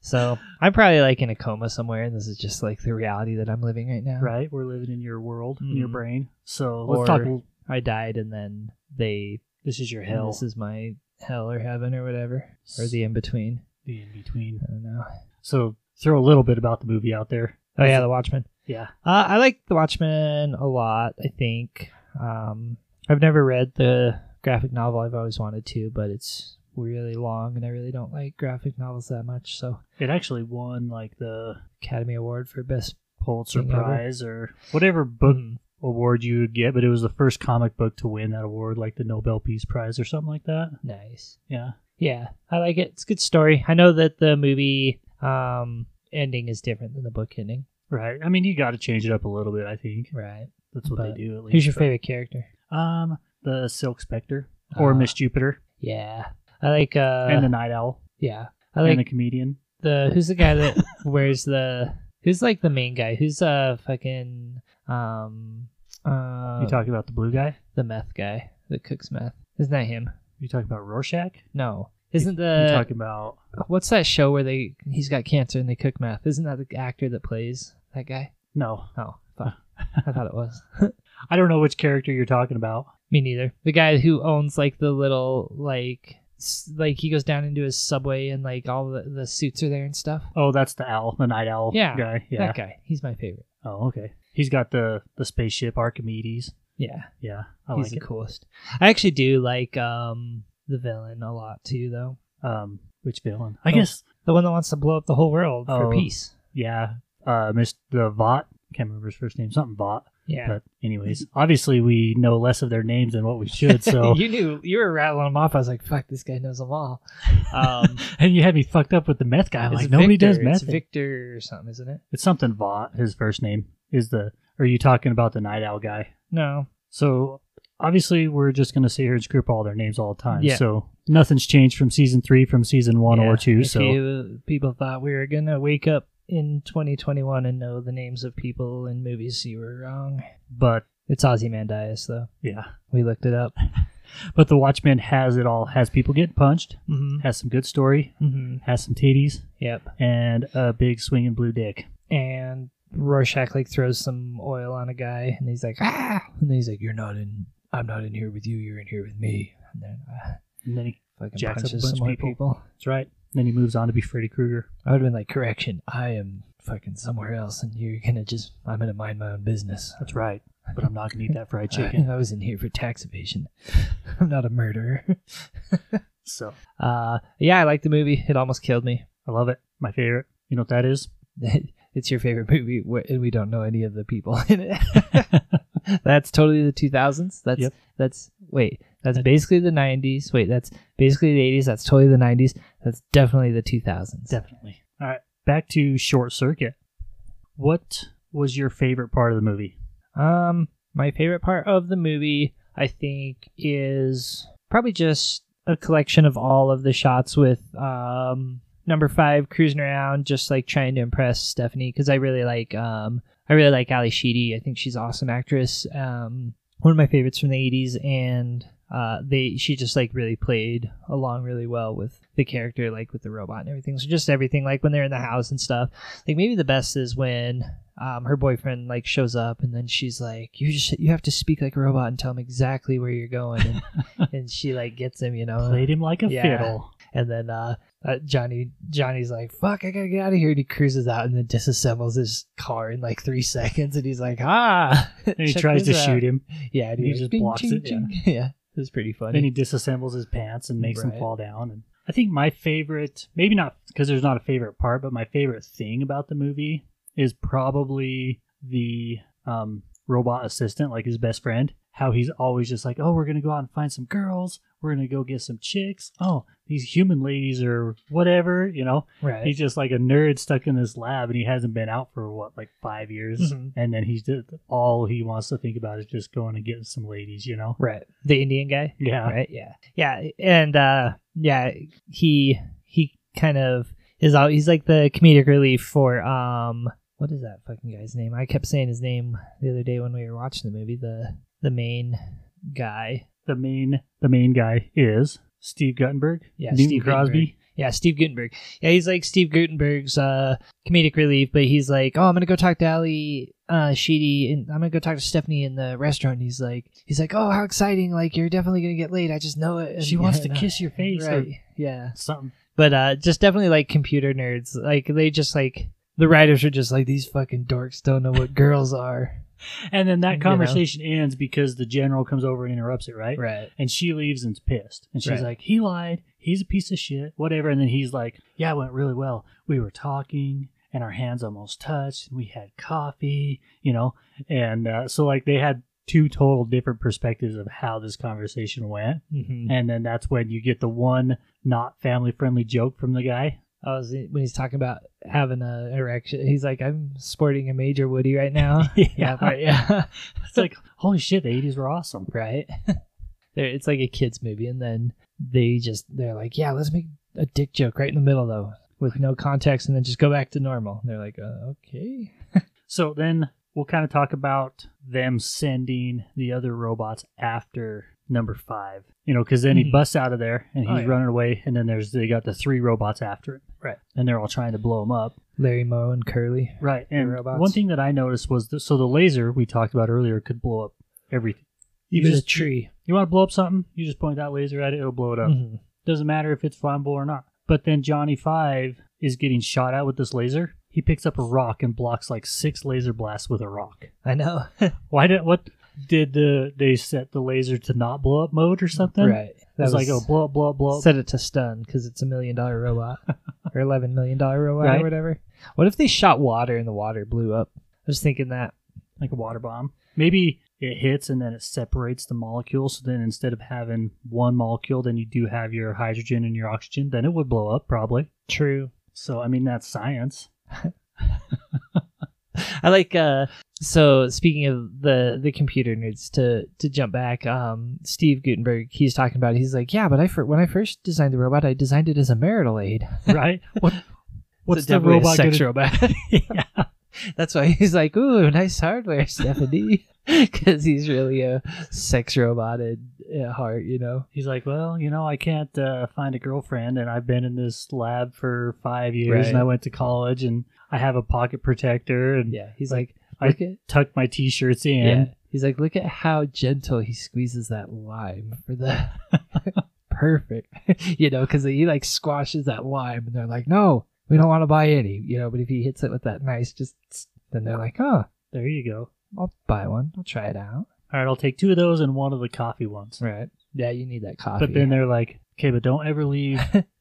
B: so I'm probably like in a coma somewhere, and this is just like the reality that I'm living right now.
A: Right? We're living in your world, in your
B: Mhm.
A: brain. So
B: Or-
A: Hmm. let's talk.
B: I died, and then they
A: This is your
B: and
A: hell.
B: This is my hell or heaven or whatever, or the in between.
A: the in between.
B: I don't know.
A: So throw a little bit about the movie out there.
B: Oh yeah, The Watchmen.
A: Yeah,
B: Uh, I like The Watchmen a lot. I think um, I've never read the graphic novel. I've always wanted to, but it's really long, and I really don't like graphic novels that much. So
A: it actually won like the
B: Academy Award for best
A: Pulitzer
B: Thing ever. Hmm.
A: Prize or whatever book award you would get, but it was the first comic book to win that award, like the Nobel Peace Prize or something like that.
B: Nice.
A: Yeah.
B: Yeah, I like it. It's a good story. I know that the movie um, ending is different than the book ending.
A: Right. I mean, you got to change it up a little bit. I think
B: Right.
A: that's what
B: But
A: they do. At least.
B: Who's your
A: but-
B: favorite character?
A: Um, the Silk Spectre or
B: Ah.
A: Miss Jupiter
B: Yeah. I like uh
A: and the Night Owl
B: yeah. I like
A: and the comedian.
B: the who's the guy that wears the who's like the main guy who's uh fucking um uh
A: you talking about the blue guy?
B: the meth guy that cooks meth isn't that him
A: You talking about Rorschach?
B: no isn't
A: you
B: the
A: talking about?
B: what's that show where they he's got cancer and they cook meth isn't that the actor that plays that guy
A: No,
B: oh fuck I thought it was
A: I don't know which character you're talking about.
B: me neither the guy who owns like the little like s- like he goes down into his subway and like all the, the suits are there and stuff
A: Oh, that's the owl, the Night Owl
B: Yeah,
A: guy. Yeah.
B: that guy he's my favorite
A: Oh, okay. He's got the the spaceship Archimedes.
B: yeah
A: Yeah, I
B: he's
A: like
B: the
A: it.
B: coolest. I actually do like um the villain a lot too, though.
A: Um, which villain? I
B: Oh.
A: guess.
B: The one that wants to blow up the whole world
A: Oh.
B: for peace.
A: Yeah. Uh, Miss the Vought. Can't remember his first name. Something Vought.
B: Yeah.
A: But anyways, obviously we know less of their names than what we should. So
B: you knew you were rattling them off. I was like, "Fuck, this guy knows them all." Um,
A: and you had me fucked up with the meth guy. I'm
B: it's
A: like nobody
B: Victor-
A: does
B: It's
A: meth.
B: Victor or something, isn't it?
A: It's something Vaught. His first name is the. Are you talking about the night owl guy?
B: No.
A: So obviously we're just gonna sit here and screw up all their names all the time.
B: Yeah.
A: So nothing's changed from season three, from season one
B: Yeah,
A: or two.
B: if
A: So
B: you- people thought we were gonna wake up in 2021 and know the names of people in movies. You were wrong.
A: but
B: It's Ozymandias, though.
A: yeah,
B: We looked it up.
A: But the Watchmen has it all. Has people getting punched.
B: hmm
A: Has some good story.
B: hmm
A: Has some titties
B: Yep.
A: and a big swinging blue dick.
B: And Rorschach like throws some oil on a guy, and he's like, ah, and then he's like, you're not in. I'm not in here with you. You're in here with me. And then uh,
A: And then he,
B: fucking
A: Jacks up a
B: punches some
A: bunch of
B: more
A: people.
B: people.
A: that's right. And then he moves on to be Freddy Krueger.
B: I would have been like, correction, I am fucking somewhere else, and you're gonna just, I'm gonna mind my own business.
A: That's right. But I'm not gonna eat that fried chicken.
B: I was in here for tax evasion. I'm not a murderer.
A: so
B: Uh, yeah, I like the movie. It almost killed me.
A: I love it. My favorite. You know what that is?
B: it's your favorite movie, wh- and we don't know any of the people in it. that's totally the 2000s. That's
A: Yep.
B: that's wait, that's
A: That-
B: basically the 90s. Wait, that's basically the 80s. That's totally the 90s. That's definitely the 2000s.
A: Definitely. All right. Back to Short Circuit. What was your favorite part of the movie?
B: Um, my favorite part of the movie, I think, is probably just a collection of all of the shots with um number five cruising around, just like trying to impress Stephanie because I really like um I really like Ali Sheedy. I think she's an awesome actress. Um, one of my favorites from the '80s, and uh, they she just like really played along really well with the character, like with the robot and everything. So just everything, like when they're in the house and stuff. Like maybe the best is when um, her boyfriend like shows up and then she's like, "You just you have to speak like a robot and tell him exactly where you're going," and, and she like gets him, you know.
A: Played him like a
B: Uh, Yeah.
A: fiddle.
B: And then uh, uh, Johnny Johnny's like, "Fuck, I gotta get out of here." And he cruises out and then disassembles his car in like three seconds. And he's like, "Ah!"
A: And he tries to shoot him.
B: Yeah, and
A: He just blocks it,
B: Yeah. it was pretty funny.
A: Then he disassembles his pants and makes him
B: Right.
A: fall down. And I think my favorite, maybe not because there's not a favorite part, but my favorite thing about the movie is probably the um, robot assistant, like his best friend. How he's always just like, oh, we're gonna go out and find some girls. We're gonna go get some chicks. Oh, these human ladies or whatever, you know.
B: right.
A: He's just like a nerd stuck in this lab, and he hasn't been out for what, like five years.
B: Mhm.
A: And then he's just, all he wants to think about is just going and getting some ladies, you know?
B: right. The Indian guy.
A: Yeah,
B: Right. Yeah. Yeah. And uh, yeah, he he kind of is out. He's like the comedic relief for um, what is that fucking guy's name? I kept saying his name the other day when we were watching the movie. The the main guy.
A: the main the main guy is Steve Guttenberg.
B: Yeah,
A: Newton
B: Steve
A: Crosby.
B: Yeah, Steve Gutenberg. Yeah, he's like Steve Gutenberg's uh, comedic relief, but he's like, oh, I'm gonna go talk to Ali uh, Sheedy, and I'm gonna go talk to Stephanie in the restaurant. And he's like, he's like, oh, how exciting! Like you're definitely gonna get laid. I just know it. And-
A: She wants
B: yeah,
A: to
B: no.
A: kiss your face
B: Right.
A: or
B: Yeah.
A: something.
B: But uh, just definitely like computer nerds. Like they just like the writers are just like these fucking dorks don't know what girls are.
A: And then
B: You
A: that
B: know.
A: conversation ends because the general comes over and interrupts it, right?
B: Right.
A: And she leaves and's pissed. And she's
B: Right.
A: like, "He lied. He's a piece of shit. Whatever." And then he's like, "Yeah, it went really well. We were talking." And our hands almost touched, and we had coffee, you know. And uh, so, like, they had two total different perspectives of how this conversation went.
B: Mm-hmm.
A: And then that's when you get the one not family friendly joke from the guy
B: I was when he's talking about having a erection. He's like, I'm sporting a major Woody right now.
A: yeah.
B: right, yeah.
A: It's like, holy shit, the 80s were awesome.
B: right? They're- it's like a kids movie, and then they just they're like, yeah, let's make a dick joke right in the middle though, with no context, and then just go back to normal. And they're like, uh, okay,
A: So then we'll kind of talk about them sending the other robots after number five, you know, because then he
B: Mhm.
A: busts out of there and he's
B: Oh, yeah.
A: running away. And then there's, they got the three robots after him.
B: Right.
A: And they're all trying to blow him up.
B: Larry Moe and Curly,
A: Right. And
B: robots.
A: one thing that I noticed was that, so the laser we talked about earlier could blow up everything. You
B: even
A: just-
B: a tree.
A: You want to blow up something? You just point that laser at it, it'll blow it up.
B: Mhm.
A: Doesn't matter if it's flammable or not. But then Johnny Five is getting shot at with this laser. He picks up a rock and blocks like six laser blasts with a rock.
B: I know,
A: Why did what did the they set the laser to not blow up mode or something?
B: right?
A: It was, like oh blow up, blow up, blow up.
B: set it to stun because it's a million dollar robot or eleven million dollar robot
A: Right.
B: or whatever. What if they shot water and the water blew up? I was thinking that.
A: like a water bomb. Maybe it hits and then it separates the molecules. So then instead of having one molecule, then you do have your hydrogen and your oxygen. Then it would blow up probably.
B: True.
A: So I mean that's science.
B: I like uh so speaking of the the computer nerds to to jump back um Steve Gutenberg he's talking about it, he's like yeah but I fir- when I first designed the robot I designed it as a marital aid
A: Right? what what's
B: It's
A: the
B: definitely a
A: robot
B: sex
A: gonna
B: robot that's why he's like ooh nice hardware Stephanie because he's really a sex robot at, at heart, you know.
A: He's like, well, you know, I can't uh, find a girlfriend, and I've been in this lab for five years, and
B: Right.
A: I went to college, and I have a pocket protector, and
B: Yeah, he's
A: Like,
B: like,
A: I-
B: look at
A: tuck my t-shirts in.
B: yeah, he's like, look at how gentle he squeezes that lime for the perfect, you know, because he like squashes that lime, and they're like, no, we don't want to buy any, you know. But if he hits it with that nice, just then they're like, oh,
A: There you go.
B: I'll buy one, I'll try it out,
A: All right, I'll take two of those and one of the coffee ones.
B: right? Yeah, you need that coffee.
A: But then they're like, okay, but don't ever leave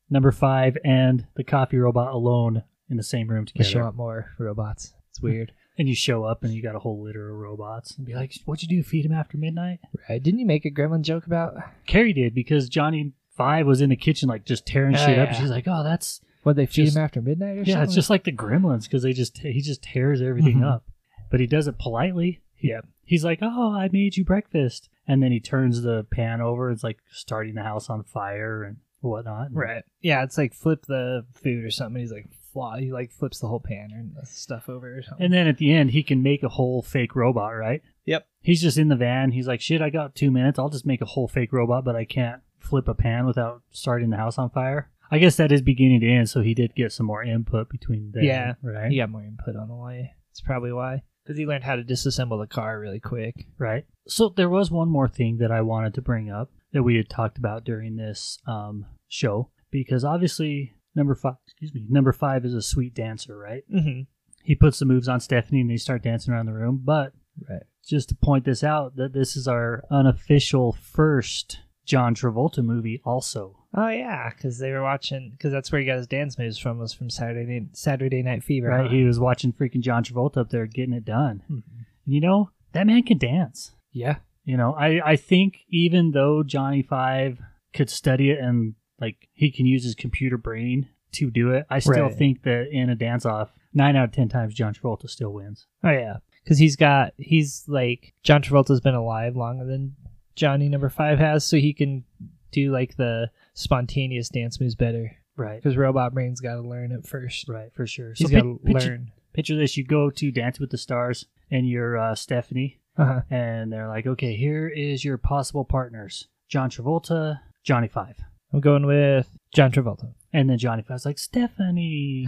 A: number five and the coffee robot alone in the same room
B: Unless you
A: together.
B: want more robots. It's weird,
A: And you show up and you got a whole litter of robots and be like, what'd you do? Feed them after midnight?
B: right? Didn't you make a gremlin joke about
A: Carrie did because Johnny Five was in the kitchen, like just tearing
B: Oh,
A: shit up. And
B: yeah.
A: she's like, oh, that's
B: what they feed
A: Just-
B: him after midnight or something?
A: Yeah, it's just like the Gremlins because they just he just tears everything
B: Mhm.
A: up, but he does it politely. Yeah, he's like, "Oh, I made you breakfast," and then he turns the pan over. It's like starting the house on fire and whatnot. And
B: Right. Yeah, it's like flip the food or something. He's like fly. He like flips the whole pan and the stuff over or something.
A: And then at the end, he can make a whole fake robot. Right.
B: Yep.
A: He's just in the van. He's like, "Shit, I got two minutes. I'll just make a whole fake robot, but I can't flip a pan without starting the house on fire." I guess that is beginning to end, so he did get some more input between there.
B: Yeah.
A: Right.
B: he got more input on the way. That's probably why. Because he learned how to disassemble the car really quick.
A: Right. So there was one more thing that I wanted to bring up that we had talked about during this um, show because obviously number five, excuse me, number five is a sweet dancer, right?
B: Mm-hmm.
A: He puts the moves on Stephanie and they start dancing around the room. But
B: Right.
A: just to point this out, that this is our unofficial first John Travolta movie, also.
B: Oh yeah, because they were watching. Because that's where he got his dance moves from. Was from Saturday Night- Saturday Night Fever.
A: Right?
B: huh? Mm-hmm.
A: He was watching freaking John Travolta up there getting it done. And you know that man can dance.
B: Yeah.
A: You know, I, I think even though Johnny Five could study it and like he can use his computer brain to do it, I still
B: Right.
A: think that in a dance off, nine out of ten times John Travolta still wins.
B: Oh yeah. Because he's got. He's like John Travolta's been alive longer than Johnny Number Five has, so he can do like the spontaneous dance moves better.
A: Right.
B: Because robot brain's got to learn it first.
A: Right, for sure.
B: He's
A: So
B: got
A: pic-
B: to
A: picture,
B: learn.
A: picture this, you go to Dance with the Stars and you're uh, Stephanie
B: Uh-huh.
A: and they're like, Okay, here is your possible partners. John Travolta, Johnny Five.
B: I'm going with John Travolta.
A: And then Johnny Five's like, Stephanie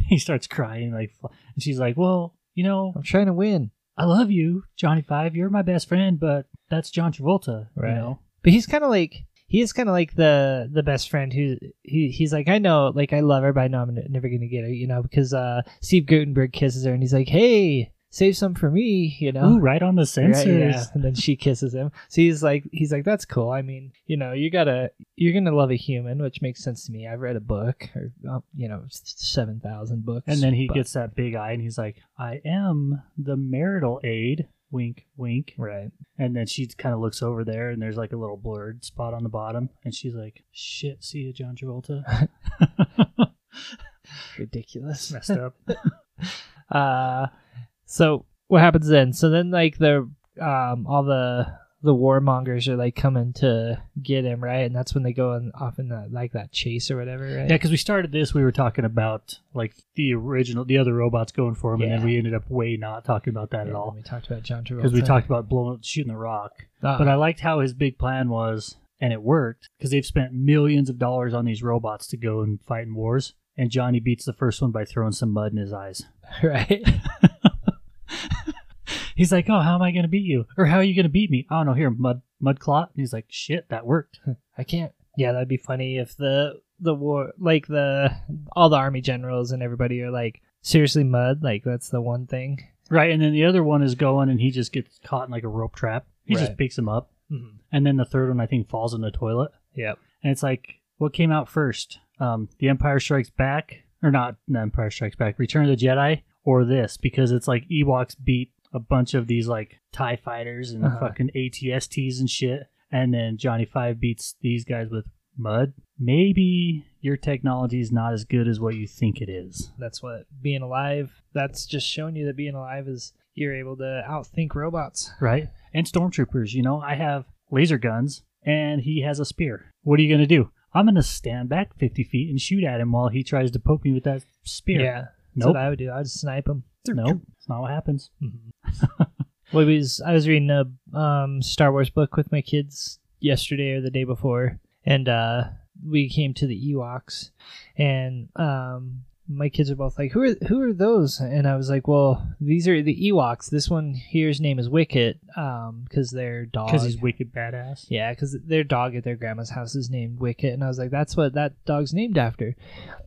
A: He starts crying like fl- and she's like, Well, you know,
B: I'm trying to win.
A: I love you, Johnny Five. You're my best friend, but that's John Travolta.
B: Right.
A: You know?
B: But he's kind of like he is kind of like the the best friend who he, he's like I know like I love her but I know I'm n- never gonna get her you know because uh Steve Gutenberg kisses her and he's like hey save some for me you know
A: Ooh, right on the
B: Right,
A: sensors.
B: yeah. and then she kisses him so he's like he's like that's cool I mean you know you gotta you're gonna love a human which makes sense to me I've read a book or um, you know seven thousand books
A: And then he
B: but-
A: gets that big eye and he's like, I am the marital aid. Wink, wink.
B: right
A: And then she kind of looks over there and there's like a little blurred spot on the bottom. And she's like, shit, see you, John Travolta.
B: ridiculous
A: Messed up.
B: Uh, so what happens then? So then, like the um, all the the warmongers are like coming to get him, right? And that's when they go on off in that like that chase or whatever, right?
A: Yeah, because we started this, we were talking about like the original, the other robots going for him. And
B: Yeah.
A: then we ended up way not talking about that
B: Yeah,
A: at all.
B: We talked about John Travolta
A: Because we talked about blowing, shooting the rock.
B: Ah,
A: But I liked how his big plan was, and it worked, because they've spent millions of dollars on these robots to go and fight in wars. And Johnny beats the first one by throwing some mud in his eyes.
B: right.
A: He's like, "Oh, how am I going to beat you? Or how are you going to beat me? I don't know. Here, mud, mud clot." And he's like, "Shit, that worked."
B: I can't. Yeah, that'd be funny if the the war like the all the army generals and everybody are like seriously mud like that's the one thing.
A: Right. And then the other one is going, and he just gets caught in like a rope trap. He just
B: Right.
A: picks him up,
B: Mm-hmm.
A: and then the third one I think falls in the toilet.
B: Yep.
A: And it's like, what came out first? Um, The Empire Strikes Back, or not The Empire Strikes Back, Return of the Jedi, or this? Because it's like Ewoks beat a bunch of these like TIE fighters and
B: Uh-huh.
A: fucking ATSTs and shit. And then Johnny Five beats these guys with mud. Maybe your technology is not as good as what you think it is.
B: That's what being alive. That's just showing you that being alive is you're able to outthink robots.
A: Right? And stormtroopers, you know, I have laser guns and he has a spear. What are you going to do? I'm going to stand back 50 feet and shoot at him while he tries to poke me with that spear.
B: Yeah. That's
A: Nope.
B: what I would do. I would snipe him.
A: Nope, it's not what happens.
B: Mm-hmm. Well, it was, I was reading a um, Star Wars book with my kids yesterday or the day before, and uh, we came to the Ewoks, and um, my kids are both like, "Who are who are those?" And I was like, "Well, these are the Ewoks. This one here's name is Wicket, um, because their dog
A: because he's wicked badass.
B: yeah, because their dog at their grandma's house is named Wicket, and I was like, that's what that dog's named after.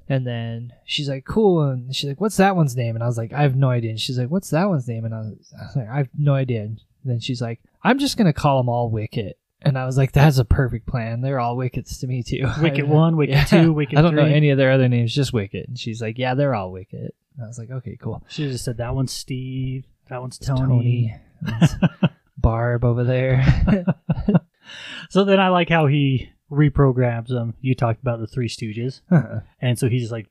B: And then she's like, cool, and she's like, what's that one's name? And I was like, I have no idea. And she's like, what's that one's name? And I was, I was like, I have no idea. And then she's like, I'm just gonna call them all Wicket. And I was like, that's a perfect plan. They're all Wickets to me too.
A: Wicket one, Wicket
B: Yeah.
A: two, Wicket
B: I don't know
A: three.
B: any of their other names, just Wicket. And she's like, yeah, they're all Wicket. And I was like, okay, cool.
A: Should have just said that one's Steve. That one's Tony.
B: Tony, That's Barb over there.
A: So then I like how he reprograms them. You talked about the Three Stooges, and so he just like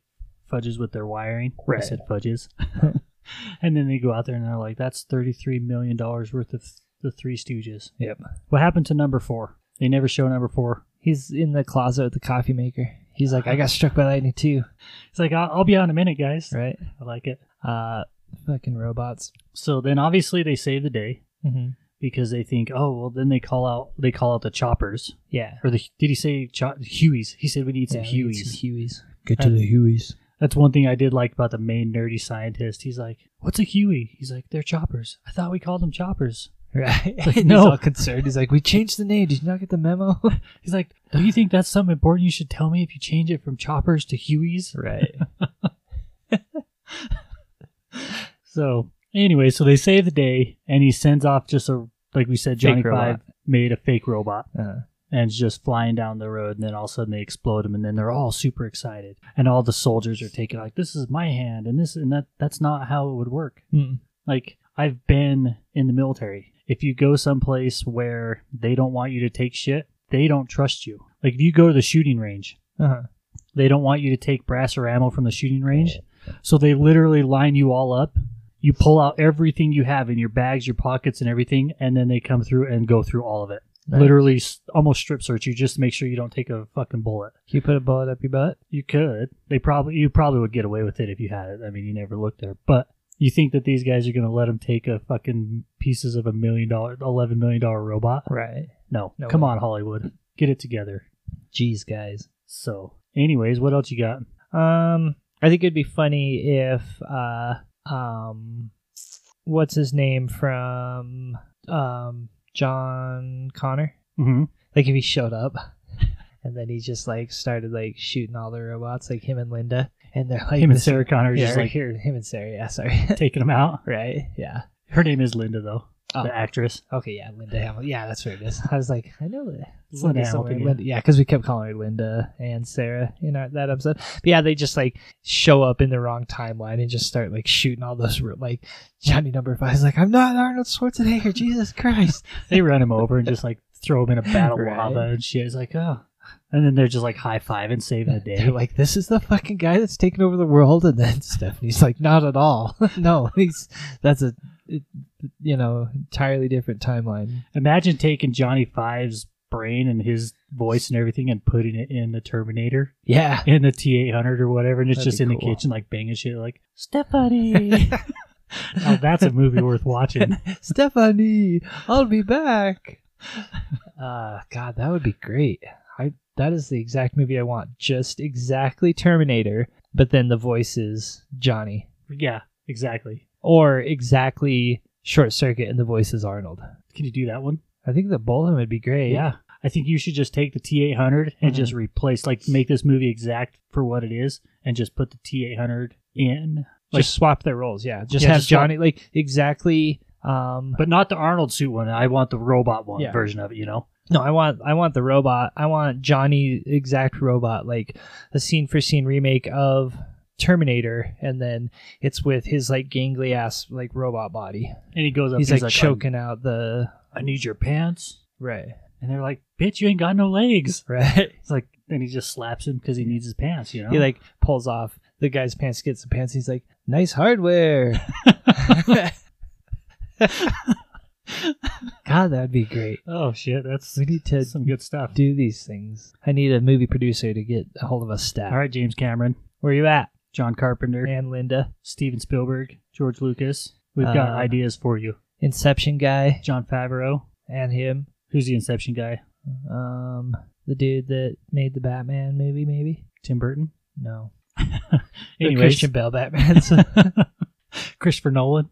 A: fudges with their wiring. I
B: Right.
A: said fudges, and then they go out there and they're like, "That's thirty-three million dollars worth of the Three Stooges."
B: yep.
A: What happened to number four? They never show number four.
B: He's in the closet with the coffee maker. He's like, I got struck by lightning too,
A: It's like I'll, I'll be out in a minute, guys.
B: right?
A: I like it.
B: Uh, fucking robots.
A: So then obviously they save the day
B: Mm-hmm.
A: because they think, oh well, then they call out they call out the choppers
B: Yeah.
A: or the did he say cho- Hueys? He said we need some
B: Yeah,
A: Hueys.
B: it's the Hueys. Get
A: to the
B: Hueys.
A: That's one thing I did like about the main nerdy scientist. He's like, "What's a Huey?" He's like, "They're choppers." I thought we called them choppers.
B: Right.
A: Like,
B: He's
A: no.
B: all concerned. He's like, we changed the name. Did you not get the memo?
A: He's like, "Don't you think that's something important you should tell me if you change it from choppers to Hueys?"
B: right.
A: So anyway, so they save the day, and he sends off just a like we said,
B: Fake
A: Johnny Five
B: robot.
A: made a fake robot.
B: Uh,
A: and it's just flying down the road and then all of a sudden they explode him and then they're all super excited and all the soldiers are taking like this is my hand and this and that that's not how it would work
B: mm.
A: like i've been in the military if you go someplace where they don't want you to take shit they don't trust you like if you go to the shooting range
B: uh-huh.
A: they don't want you to take brass or ammo from the shooting range so they literally line you all up you pull out everything you have in your bags your pockets and everything and then they come through and go through all of it
B: Nice.
A: literally s- almost strip search you just to make sure you don't take a fucking bullet.
B: You put a bullet up your butt.
A: You could. They probably you probably would get away with it if you had it. I mean, you never looked there, but you think that these guys are going to let them take a fucking pieces of a million dollar, eleven million dollar robot?
B: Right.
A: No.
B: No
A: Come
B: way.
A: on, Hollywood, get it together.
B: Jeez, guys.
A: So, anyways, what else you got?
B: Um, I think it'd be funny if uh, um, what's his name from um John Connor?
A: Mm-hmm.
B: Like if he showed up and then he just like started like shooting all the robots, like him and Linda, and they're like
A: Him and
B: this-
A: Sarah Connor are
B: Yeah,
A: just
B: right
A: like
B: here, him and Sarah. Yeah, sorry.
A: taking them out.
B: right? Yeah.
A: Her name is Linda, though,
B: Oh,
A: the actress.
B: okay. Yeah, Linda Hamilton. Yeah, that's where it is. I was like, I know that.
A: It's Linda
B: somewhere.
A: Hamilton, yeah.
B: Linda- yeah, because we kept calling her Linda and Sarah in our, that episode. But yeah, they just like show up in the wrong timeline and just start like shooting all those ro- like Johnny Number Five is like, I'm not Arnold Schwarzenegger. Jesus Christ.
A: They run him over and just like throw him in a battle
B: Right.
A: lava and shit. It's like, oh. And then they're just like high five and saving the day.
B: They're like, this is the fucking guy that's taking over the world. And then Stephanie's like, not at all. no, he's that's a it- you know entirely different timeline.
A: Imagine taking Johnny Five's brain and his voice and everything and putting it in the Terminator,
B: Yeah.
A: in the T eight hundred or whatever, and it's
B: That'd
A: just
B: be
A: in the
B: cool.
A: kitchen like banging shit like Stephanie.
B: Oh,
A: now that's a movie worth watching.
B: Stephanie, I'll be back. Uh, God, that would be great. I that is the exact movie I want. Just exactly Terminator, but then the voice is Johnny,
A: yeah, exactly.
B: or exactly Short Circuit and the voice is Arnold.
A: Can you do that one?
B: I think the both of them would be great.
A: Yeah. I think you should just take the T eight hundred and
B: Mhm.
A: just replace like make this movie exact for what it is and just put the T eight hundred in.
B: just swap their roles. Yeah, just
A: Yeah,
B: have
A: just swap-
B: Johnny like exactly. Um,
A: But not the Arnold suit one. I want the robot one
B: Yeah.
A: version of it, you know?
B: No, I want I want the robot. I want Johnny exact robot, like a scene for scene remake of Terminator, and then it's with his like gangly ass like robot body.
A: And he goes up
B: He's, like,
A: "I-
B: choking out the
A: I need your pants.
B: right,
A: And they're like, "Bitch, you ain't got no legs."
B: right.
A: It's like, then he just slaps him because he needs his pants. You know,
B: He like pulls off the guy's pants, gets the pants. He's like, nice hardware. God, that'd be great.
A: oh shit, that's
B: We need to
A: some good stuff.
B: do these things. I need a movie producer to get a hold of us. Stat.
A: All right, James Cameron,
B: Where you at?
A: John Carpenter,
B: And Linda.
A: Steven Spielberg, George Lucas. We've
B: Uh,
A: got ideas for you.
B: Inception guy
A: John Favreau.
B: and him.
A: Who's the Inception guy?
B: Um, the dude that made the Batman movie, maybe?
A: Tim Burton.
B: No. The Uh,
A: Anyways,
B: Christian Bell Batman.
A: Christopher Nolan.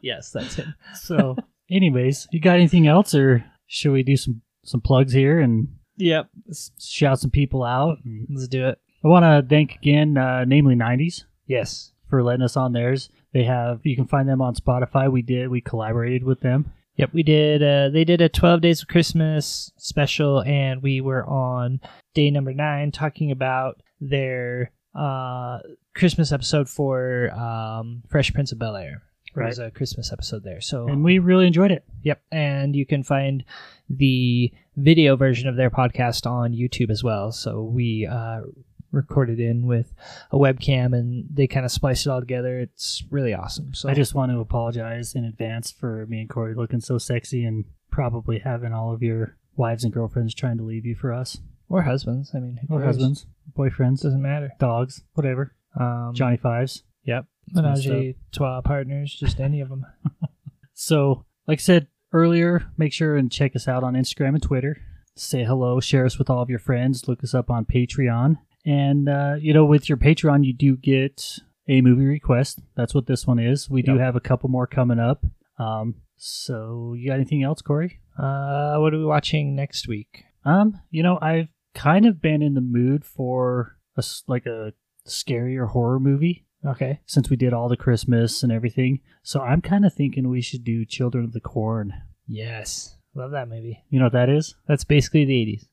B: yes, that's him.
A: So, anyways, you got anything else, or should we do some some plugs here and
B: Yep.
A: s- shout some people out? And
B: Let's do it.
A: I want to thank again, uh, namely '90s,
B: Yes.
A: for letting us on theirs. They have you can find them on Spotify. We did we collaborated with them.
B: Yep, we did. Uh, they did a 12 Days of Christmas special, and we were on day number nine talking about their uh, Christmas episode for um, Fresh Prince of Bel Air. There was a Christmas episode there. So,
A: and we really enjoyed it.
B: yep. And you can find the video version of their podcast on YouTube as well. So, we uh, recorded in with a webcam, and they kind of spliced it all together. It's really awesome. So,
A: I just want to apologize in advance for me and Corey looking so sexy and probably having all of your wives and girlfriends trying to leave you for us,
B: or husbands. I mean, who
A: or
B: cares?
A: husbands, boyfriends,
B: Doesn't matter.
A: dogs, whatever.
B: Um,
A: Johnny Fives.
B: Yep.
A: messed
B: Menage a trois partners, just any of them.
A: So, like I said earlier, make sure and check us out on Instagram and Twitter. Say hello, share us with all of your friends, look us up on Patreon. And, uh, you know, with your Patreon, you do get a movie request. That's what this one is. We do
B: Yep.
A: have a couple more coming up. Um, so, you got anything else, Corey?
B: Uh, what are we watching next week?
A: Um, you know, I've kind of been in the mood for a s like a scarier horror movie
B: Okay.
A: since we did all the Christmas and everything. So, I'm kind of thinking we should do Children of the Corn.
B: Yes. Love that movie.
A: You know what that is?
B: That's basically the 80s.